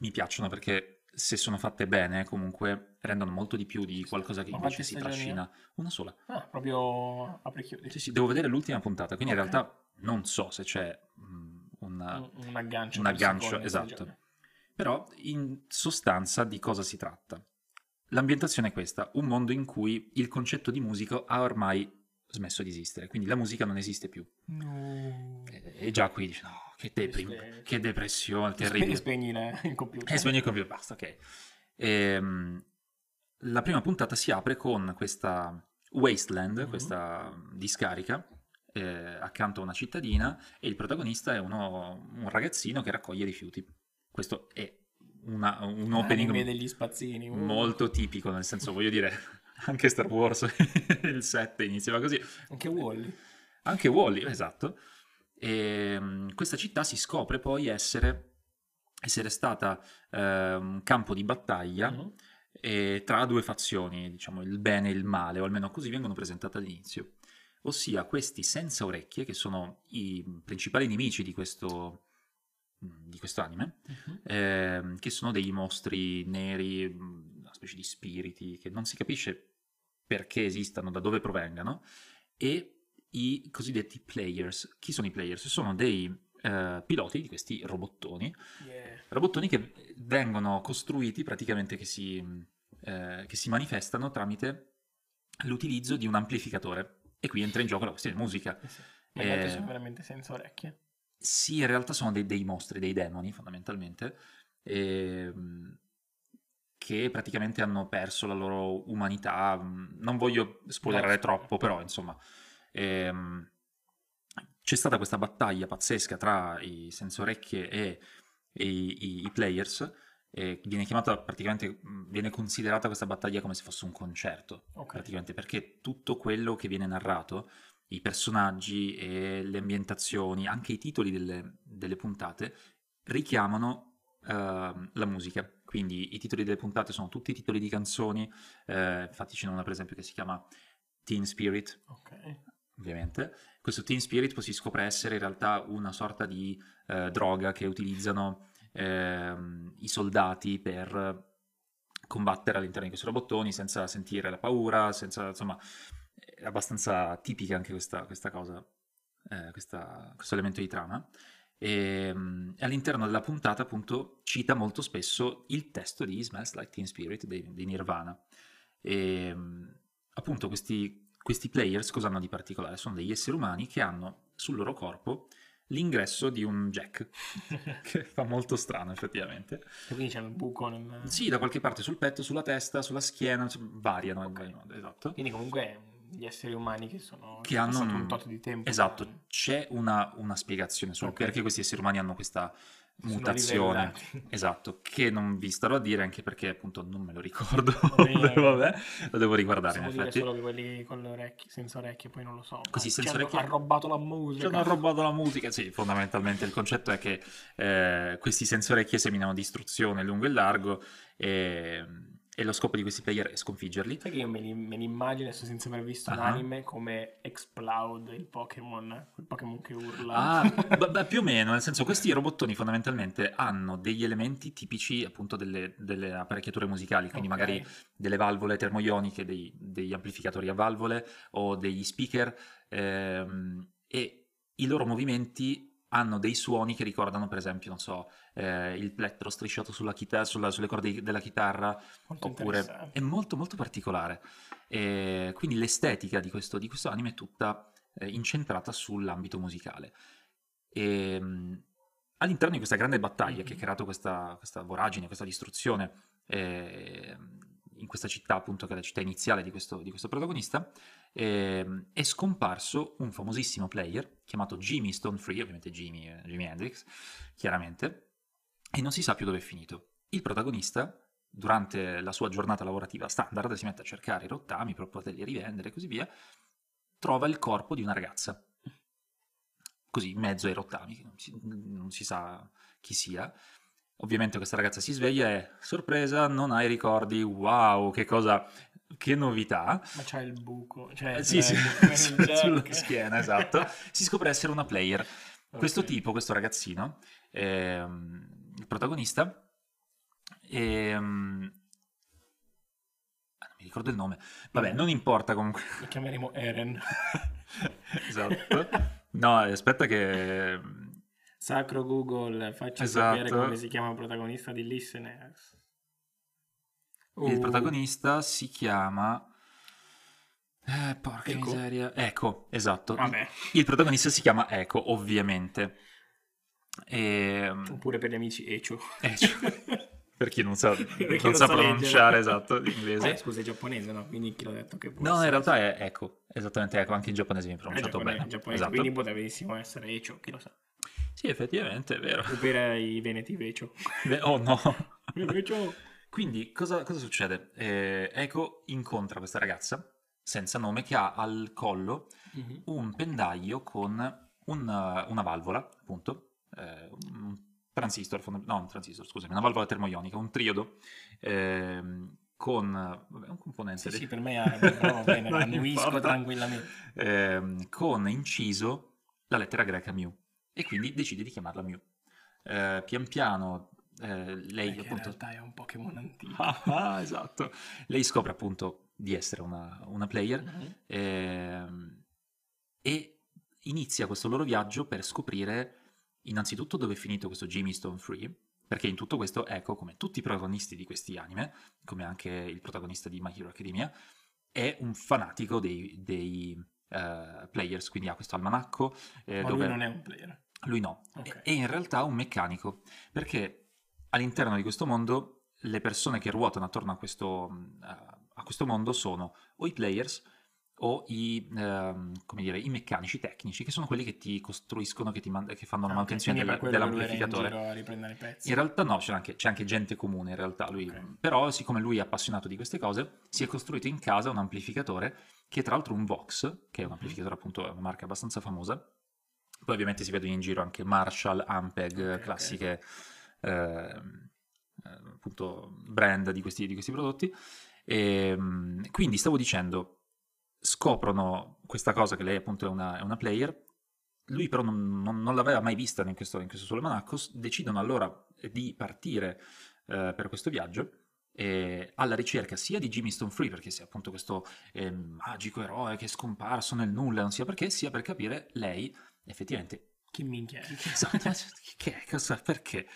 mi piacciono perché se sono fatte bene comunque rendono molto di più di qualcosa che Ma invece quante si stagioni è? trascina. Una sola. Ah, proprio apri e chiudi. Sì, sì, devo vedere l'ultima puntata, quindi in Ok. realtà non so se c'è mm, una, Un, un aggancio. un per aggancio, seconda esatto. stagione. Però in sostanza di cosa si tratta? L'ambientazione è questa, un mondo in cui il concetto di musico ha ormai smesso di esistere, quindi la musica non esiste più. No. E, e già qui dici, no, che, deprim- Questo è- che depressione, Spe- terribile. Spegni la- il computer. E spegni il computer, basta, ok. Ehm, la prima puntata si apre con questa wasteland, Mhm. questa discarica, eh, accanto a una cittadina e il protagonista è uno- un ragazzino che raccoglie rifiuti. Questo è una- un opening Anime degli spazzini. uh. molto tipico, nel senso, voglio dire, (laughs) anche Star Wars (laughs) il 7 iniziava così, Anche Wally. anche Wally, esatto. E, mm, questa città si scopre poi essere, essere stata eh, un campo di battaglia Mhm. eh, tra due fazioni, diciamo il bene e il male, o almeno così vengono presentate all'inizio. Ossia questi senza orecchie, che sono i principali nemici di questo, di questo anime, Mhm. ehm, che sono dei mostri neri, mh, una specie di spiriti che non si capisce perché esistano, da dove provengano, e i cosiddetti players. Chi sono i players? Sono dei eh, piloti di questi robottoni, Yeah. robottoni che vengono costruiti praticamente che si, mh, eh, che si manifestano tramite l'utilizzo di un amplificatore. E qui entra in gioco la questione musica. Eh sì. Ma gli altri Eh, sono veramente senza orecchie. Sì, in realtà sono dei, dei mostri, dei demoni fondamentalmente, ehm, che praticamente hanno perso la loro umanità. Mm, Non voglio spoilerare No, sì. troppo, però insomma, ehm, c'è stata questa battaglia pazzesca tra i senza orecchie e, e i, i- i players. e viene chiamata praticamente, mm, viene considerata questa battaglia come se fosse un concerto Ok. praticamente perché tutto quello che viene narrato, i personaggi e le ambientazioni, anche i titoli delle, delle puntate, richiamano ehm, la musica. Quindi i titoli delle puntate sono tutti titoli di canzoni, eh, infatti ce n'è una per esempio che si chiama Teen Spirit, Ok. (laughs) ovviamente. Questo Teen Spirit poi si scopre essere in realtà una sorta di eh, droga che utilizzano ehm, i soldati per combattere all'interno di questi robottoni senza sentire la paura, senza, insomma, è abbastanza tipica anche questa, questa cosa, eh, questa- questo elemento di trama. E, mm, all'interno della puntata, appunto, cita molto spesso il testo di Smells Like Teen Spirit dei- di Nirvana. E, mm, appunto, questi, questi players cosa hanno di particolare? Sono degli esseri umani che hanno sul loro corpo l'ingresso di un jack, (laughs) che fa molto strano effettivamente. E quindi c'è un buco nel... Sì, da qualche parte sul petto, sulla testa, sulla schiena, cioè, variano. variano, Esatto. Quindi comunque gli esseri umani che sono... Che hanno passato un- un tot di tempo. Esatto, c'è una, una spiegazione sul Ok. perché questi esseri umani hanno questa sono mutazione. livellati. Esatto, che non vi starò a dire anche perché appunto non me lo ricordo. Bene. (laughs) Vabbè, lo devo riguardare Possiamo in dire effetti. solo che quelli con le orecchie, senza orecchie, poi non lo so. Così, Ah, senza ci hanno- orecchie- Ha rubato la Ci musica. hanno rubato la musica, sì, fondamentalmente il concetto è che eh, questi senza orecchie seminano distruzione lungo e largo e, e lo scopo di questi player è sconfiggerli. Sai che io me li, me li immagino adesso senza aver visto Ah. l'anime come Exploud, il Pokémon, quel Pokémon che urla. Ah, beh, beh, più o meno, nel senso questi robottoni fondamentalmente hanno degli elementi tipici appunto delle, delle apparecchiature musicali, quindi Ok. magari delle valvole termoioniche, dei- degli amplificatori a valvole o degli speaker ehm, e i loro movimenti hanno dei suoni che ricordano per esempio, non so, eh, il plettro strisciato sulla chita- sulla- sulle corde di- della chitarra Molto oppure interessante. è molto molto particolare. E quindi l'estetica di questo, di questo anime è tutta eh, incentrata sull'ambito musicale. E, mh, all'interno di questa grande battaglia Mhm. che ha creato questa, questa voragine, questa distruzione eh, in questa città, appunto, che è la città iniziale di questo, di questo protagonista, ehm, è scomparso un famosissimo player chiamato Jimmy Stonefree, ovviamente Jimmy, eh, Jimi Hendrix, chiaramente, e non si sa più dove è finito. Il protagonista, durante la sua giornata lavorativa standard, si mette a cercare i rottami per poterli rivendere e così via, trova il corpo di una ragazza, così in mezzo ai rottami, che non si, non si sa chi sia. Ovviamente questa ragazza si sveglia e, sorpresa, non ha i ricordi, wow, che cosa, che novità. Ma c'ha il buco. Cioè, Eh, sì, c'è sì, (laughs) il buco nel jack. sulla schiena, esatto. Si scopre essere una player. (laughs) Ok. Questo tipo, questo ragazzino, ehm, il protagonista, ehm, ah, non mi ricordo il nome, Mm. vabbè, non (laughs) importa comunque. Lo chiameremo Eren. (laughs) esatto. No, eh, aspetta che... ehm, Sacro Google, facci Esatto. sapere come si chiama il protagonista di Listeners. Il Uh, protagonista si chiama... Eh, porca Eco. miseria. Ecco, esatto. Vabbè, Il protagonista si chiama Eco, ovviamente. Ehm, E... oppure per gli amici (laughs) Echo. (laughs) eh, cioè, per chi non sa, Perché non non sa sa pronunciare leggere. esatto l'inglese. (laughs) Eh, scusa, è giapponese, no? Quindi chi l'ha detto che può No, in essere- realtà è Eco, esattamente Eco, anche in giapponese viene è pronunciato giapponese, bene. giapponese, Esatto. quindi poteva benissimo essere Echo, chi lo sa. Sì, effettivamente è vero. (laughs) Oppure i veneti Vecio. Beh, Oh (laughs) no. Vecio. Quindi cosa, cosa succede? Eh, Eco incontra questa ragazza senza nome che ha al collo Mhm. un pendaglio con un, eh, una valvola, appunto, eh, un transistor, fonda- no, un transistor, scusami, una valvola termoionica, un triodo, ehm, con eh, vabbè, un componente... Sì, di- sì, per me è arabo, però va Eh, bene, (laughs) Non annuisco importa. tranquillamente. Ehm, con inciso la lettera greca mu, e quindi decide di chiamarla mu. Eh, pian piano eh, lei, Perché in appunto... (laughs) realtà è un Pokémon antico. Ah, ah, esatto. Lei scopre appunto di essere una, una player Mhm. Ehm, e inizia questo loro viaggio per scoprire innanzitutto dove è finito questo Jimmy Stone Free, perché in tutto questo Echo, come tutti i protagonisti di questi anime, come anche il protagonista di My Hero Academia, è un fanatico dei, dei, eh, players, quindi ha questo almanacco eh, Ma dove lui non è un player. lui no, Ok. è in realtà un meccanico, perché all'interno di questo mondo le persone che ruotano attorno a questo, mh, a a questo mondo sono o i players o i, ehm, come dire, i meccanici tecnici, che sono quelli che ti costruiscono, che, ti man- che fanno la Ah, ok, manutenzione quindi del- per quello che lui era in dell'amplificatore. giro a riprendere i pezzi. In realtà no, c'è anche, c'è anche gente comune in realtà, lui- Ok. però siccome lui è appassionato di queste cose, si è costruito in casa un amplificatore che è tra l'altro un Vox, che è un Mhm. amplificatore appunto, è una marca abbastanza famosa. Poi ovviamente si vedono in giro anche Marshall, Ok, Ampeg, eh, classiche ehm, eh, appunto brand di questi, di questi prodotti. E, mm, quindi stavo dicendo, scoprono questa cosa che lei appunto è una, è una player, lui però non, non- non l'aveva mai vista in questo, in questo suo almanacco, s- decidono allora di partire eh, per questo viaggio eh, alla ricerca sia di Jimmy Stone Free, perché sia appunto questo eh, magico eroe che è scomparso nel nulla, non sia perché, sia per capire lei effettivamente Chi minchia è? che- che- (laughs) esatto, ma che è, cosa, perché?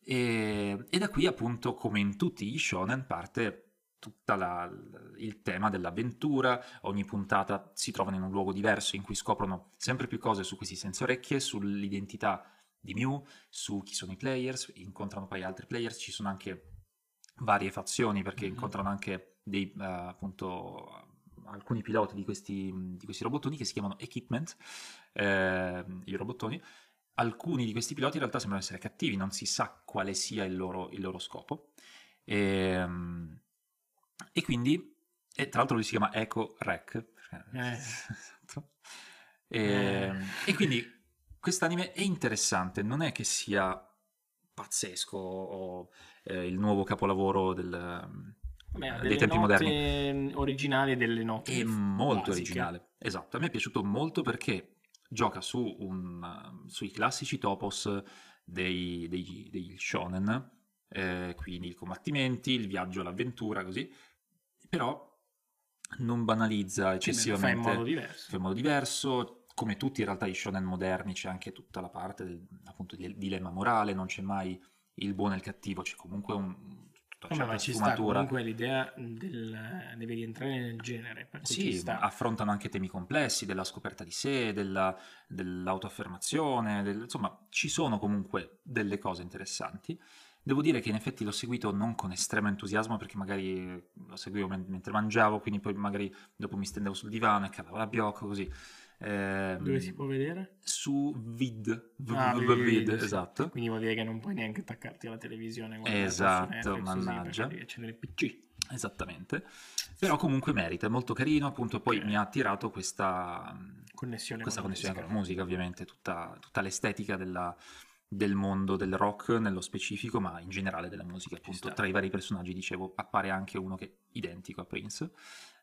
E, e da qui appunto, come in tutti gli shonen, parte tutto il tema dell'avventura, ogni puntata si trovano in un luogo diverso in cui scoprono sempre più cose su questi senza orecchie, sull'identità di Mew, su chi sono i players, incontrano poi altri players, ci sono anche varie fazioni perché Mhm. incontrano anche dei, eh, appunto alcuni piloti di questi, di questi robottoni che si chiamano equipment, eh, i robottoni. Alcuni di questi piloti in realtà sembrano essere cattivi, non si sa quale sia il loro, il loro scopo. Ehm, E, quindi, e tra l'altro lui si chiama Eco Rec. Eh. (laughs) Esatto. Ehm, E quindi quest'anime è interessante, non è che sia pazzesco o eh, il nuovo capolavoro del, Vabbè, ha dei delle tempi note moderni. originali e delle note È molto basiche. originale. Esatto, a me è piaciuto molto perché gioca su un- sui classici topos dei, dei- dei shonen, eh, quindi i combattimenti, il viaggio, l'avventura, così, però non banalizza Sì, beh, lo fa eccessivamente in modo fa diverso. in modo diverso. Come tutti in realtà i shonen moderni c'è anche tutta la parte del, appunto del dilemma morale, non c'è mai il buono e il cattivo, c'è comunque un, tutta una Vabbè, ma certa ci sta cioè, sfumatura. comunque l'idea del devi rientrare nel genere, per cui ci Sì, sta. affrontano anche temi complessi della scoperta di sé, della- dell'autoaffermazione, del- insomma ci sono comunque delle cose interessanti. Devo dire che in effetti l'ho seguito non con estremo entusiasmo perché magari lo seguivo men- mentre mangiavo, quindi poi magari dopo mi stendevo sul divano e calavo la biocco così. Ehm, Dove si può vedere? Su Vid, V- Ah, v- vedi, vid, sì. esatto. Quindi vuol dire che non puoi neanche attaccarti alla televisione. e guardarlo su Esatto, Netflix così, perché mannaggia. devi accendere il PC. Esattamente. Però comunque merita, è molto carino, appunto poi Ok. mi ha attirato questa Connessione questa con la connessione con la musica. musica, ovviamente, tutta, tutta l'estetica della- del mondo del rock nello specifico, ma in generale della musica, appunto. sta. Tra i vari personaggi, dicevo, appare anche uno che è identico a Prince,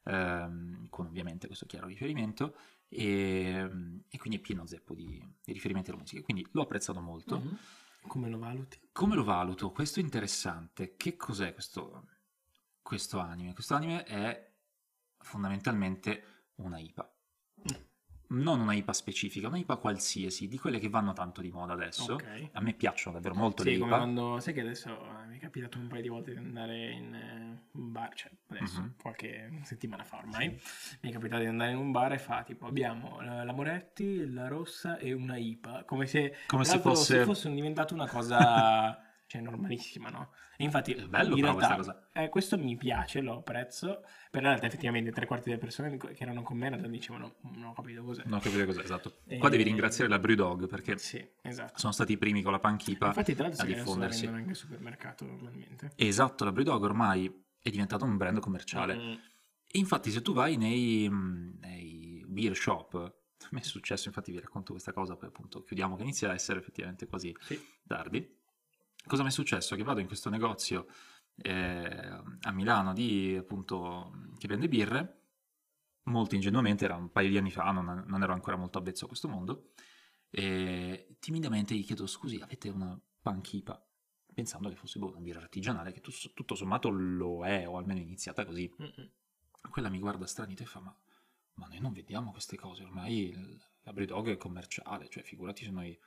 ehm, con ovviamente questo chiaro riferimento, e, e quindi è pieno zeppo di, di riferimenti alla musica. Quindi l'ho apprezzato molto. Mhm. Come lo valuti? Come lo valuto? Questo è interessante. Che cos'è questo, questo anime? Questo anime è fondamentalmente una IPA. Non una IPA specifica, una IPA qualsiasi, di quelle che vanno tanto di moda adesso. Ok. A me piacciono davvero molto Sì, le come IPA. quando, sai che adesso eh, mi è capitato un paio di volte di andare in eh, un bar, cioè adesso, Mhm. qualche settimana fa ormai, mi è capitato di andare in un bar e fa tipo abbiamo la, la Moretti, la rossa e una IPA, come se, Come tra se l'altro, fosse... fosse diventata una (laughs) cosa cioè, normalissima, no? E infatti È bello in però realtà questa cosa. eh, questo mi piace, lo apprezzo, però in realtà effettivamente tre quarti delle persone che erano con me in realtà dicevano "Mm, non ho capito cos'è. Non ho capito cos'è, esatto. Eh, Qua devi ringraziare la Brewdog perché Sì, esatto. sono stati i primi con la panchipa. Infatti tra l'altro a sai che adesso la diffondersi. vendono anche al supermercato normalmente. Esatto, la Brewdog ormai è diventata un brand commerciale. Mm. E infatti, se tu vai nei, mh, nei beer shop, a me è successo, infatti, vi racconto questa cosa, poi appunto chiudiamo che inizia a essere effettivamente quasi Sì. tardi. Cosa mi è successo? Che vado in questo negozio eh, a Milano di appunto che vende birre. Molto ingenuamente, era un paio di anni fa, non, non ero ancora molto avvezzo a questo mondo. E timidamente gli chiedo: scusi, avete una panchipa? Pensando che fosse boh, una birra artigianale, che tu- tutto sommato lo è, o almeno è iniziata così. Mm-mm. Quella mi guarda stranita e fa: Ma, ma noi non vediamo queste cose, ormai il- la Bridog è commerciale, cioè figurati se noi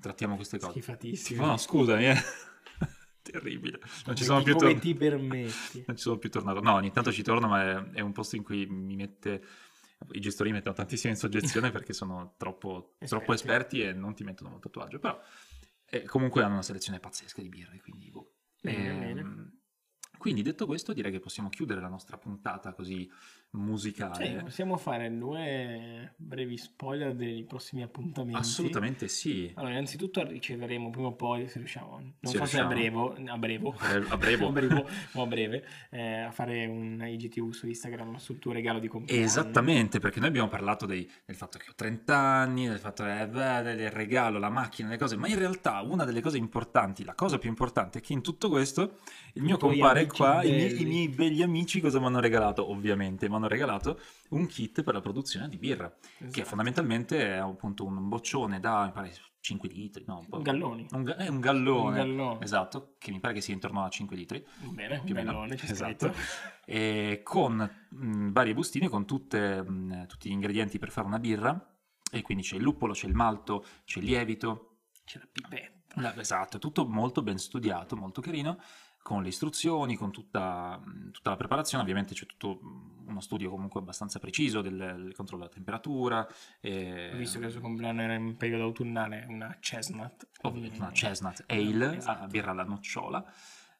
trattiamo queste cose. Schifatissimo. Tipo, Esatto. no, scusami, eh. (laughs) terribile. Non ci, sono più Eh, Come tor- ti permetti? non ci sono più tornato. No, ogni tanto ci torno, ma è, è un posto in cui mi mette. I gestori mi mettono tantissimo in soggezione perché sono troppo Esperti. troppo esperti e non ti mettono molto a tuo agio. Però eh, comunque hanno una selezione pazzesca di birre, quindi boh. Bene, Ehm, bene. Quindi detto questo, direi che possiamo chiudere la nostra puntata così Sì, musicale. possiamo fare due brevi spoiler dei prossimi appuntamenti. Assolutamente sì. Allora, innanzitutto riceveremo prima o poi, se riusciamo, non Se forse riusciamo. a brevo, a brevo. Eh, (laughs) A brevo. a brevo, o a breve, eh, a fare un IGTV su Instagram sul tuo regalo di compleanno. Esattamente, perché noi abbiamo parlato dei- del fatto che ho 30 anni, del fatto eh, beh, del regalo, la macchina, le cose, ma in realtà una delle cose importanti, la cosa più importante è che in tutto questo il mio I tuoi compare amici qua, i miei, belli. i miei begli amici cosa mi hanno regalato? Ovviamente mi hanno regalato un kit per la produzione di birra, Esatto. che fondamentalmente è appunto un boccione da mi pare, 5 litri, no, un po'- Galloni. un ga- è un gallone. Un gallone. Esatto, che mi pare che sia intorno a 5 litri. Bene, Più o meno. gallone, c'è Esatto. scritto. e con mh, varie bustine, con tutte, mh, tutti gli ingredienti per fare una birra. E quindi c'è il luppolo, c'è il malto, c'è il lievito. C'è la pipetta. La- esatto, è tutto molto ben studiato, molto carino. con le istruzioni, con tutta, mm, tutta la preparazione, ovviamente c'è tutto mm, uno studio comunque abbastanza preciso del, del controllo della temperatura. E... Ho visto che il suo compleanno era in periodo autunnale, una chestnut. Ovviamente una chestnut ale, Esatto. a birra alla nocciola.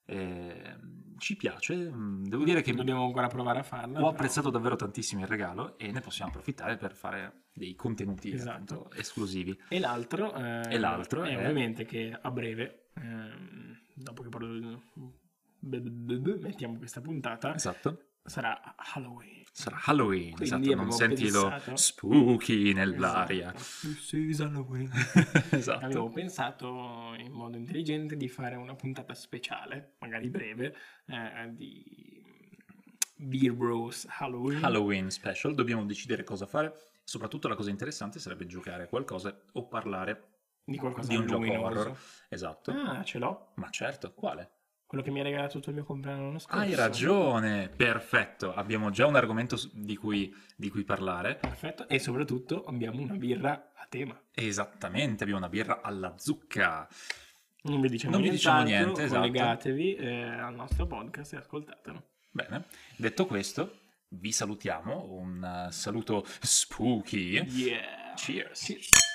Eh, ci piace, mm, devo dire che Che dobbiamo ancora provare a farla. ho però- apprezzato davvero tantissimo il regalo e ne possiamo approfittare per fare dei contenuti Esatto. appunto, esclusivi. E l'altro, eh, E l'altro è è- ovviamente che a breve, ehm, dopo che produ- b- b- b- mettiamo questa puntata, Esatto. sarà Halloween. Sarà Halloween, Quindi esatto, non abbiamo senti lo pensato- spooky nell'aria. Esatto. (laughs) esatto. Avevo pensato in modo intelligente di fare una puntata speciale, magari breve, eh, di Beer Bros Halloween. Halloween special, dobbiamo decidere cosa fare. Soprattutto la cosa interessante sarebbe giocare a qualcosa o parlare. Di qualcosa Di un gioco halloweenoso. horror. Esatto. Ah, ce l'ho. Ma certo, quale? Quello che mi ha regalato tutto il mio compleanno l'anno scorso. Hai ragione, perfetto. Abbiamo già un argomento s- di cui, di cui parlare. Perfetto. E soprattutto abbiamo una birra a tema. Esattamente, abbiamo una birra alla zucca. Non vi diciamo Non vi diciamo nient'altro, niente, esatto. Collegatevi eh, al nostro podcast e ascoltatelo. Bene, detto questo, vi salutiamo. Un eh, saluto spooky. Yeah. Cheers. Cheers.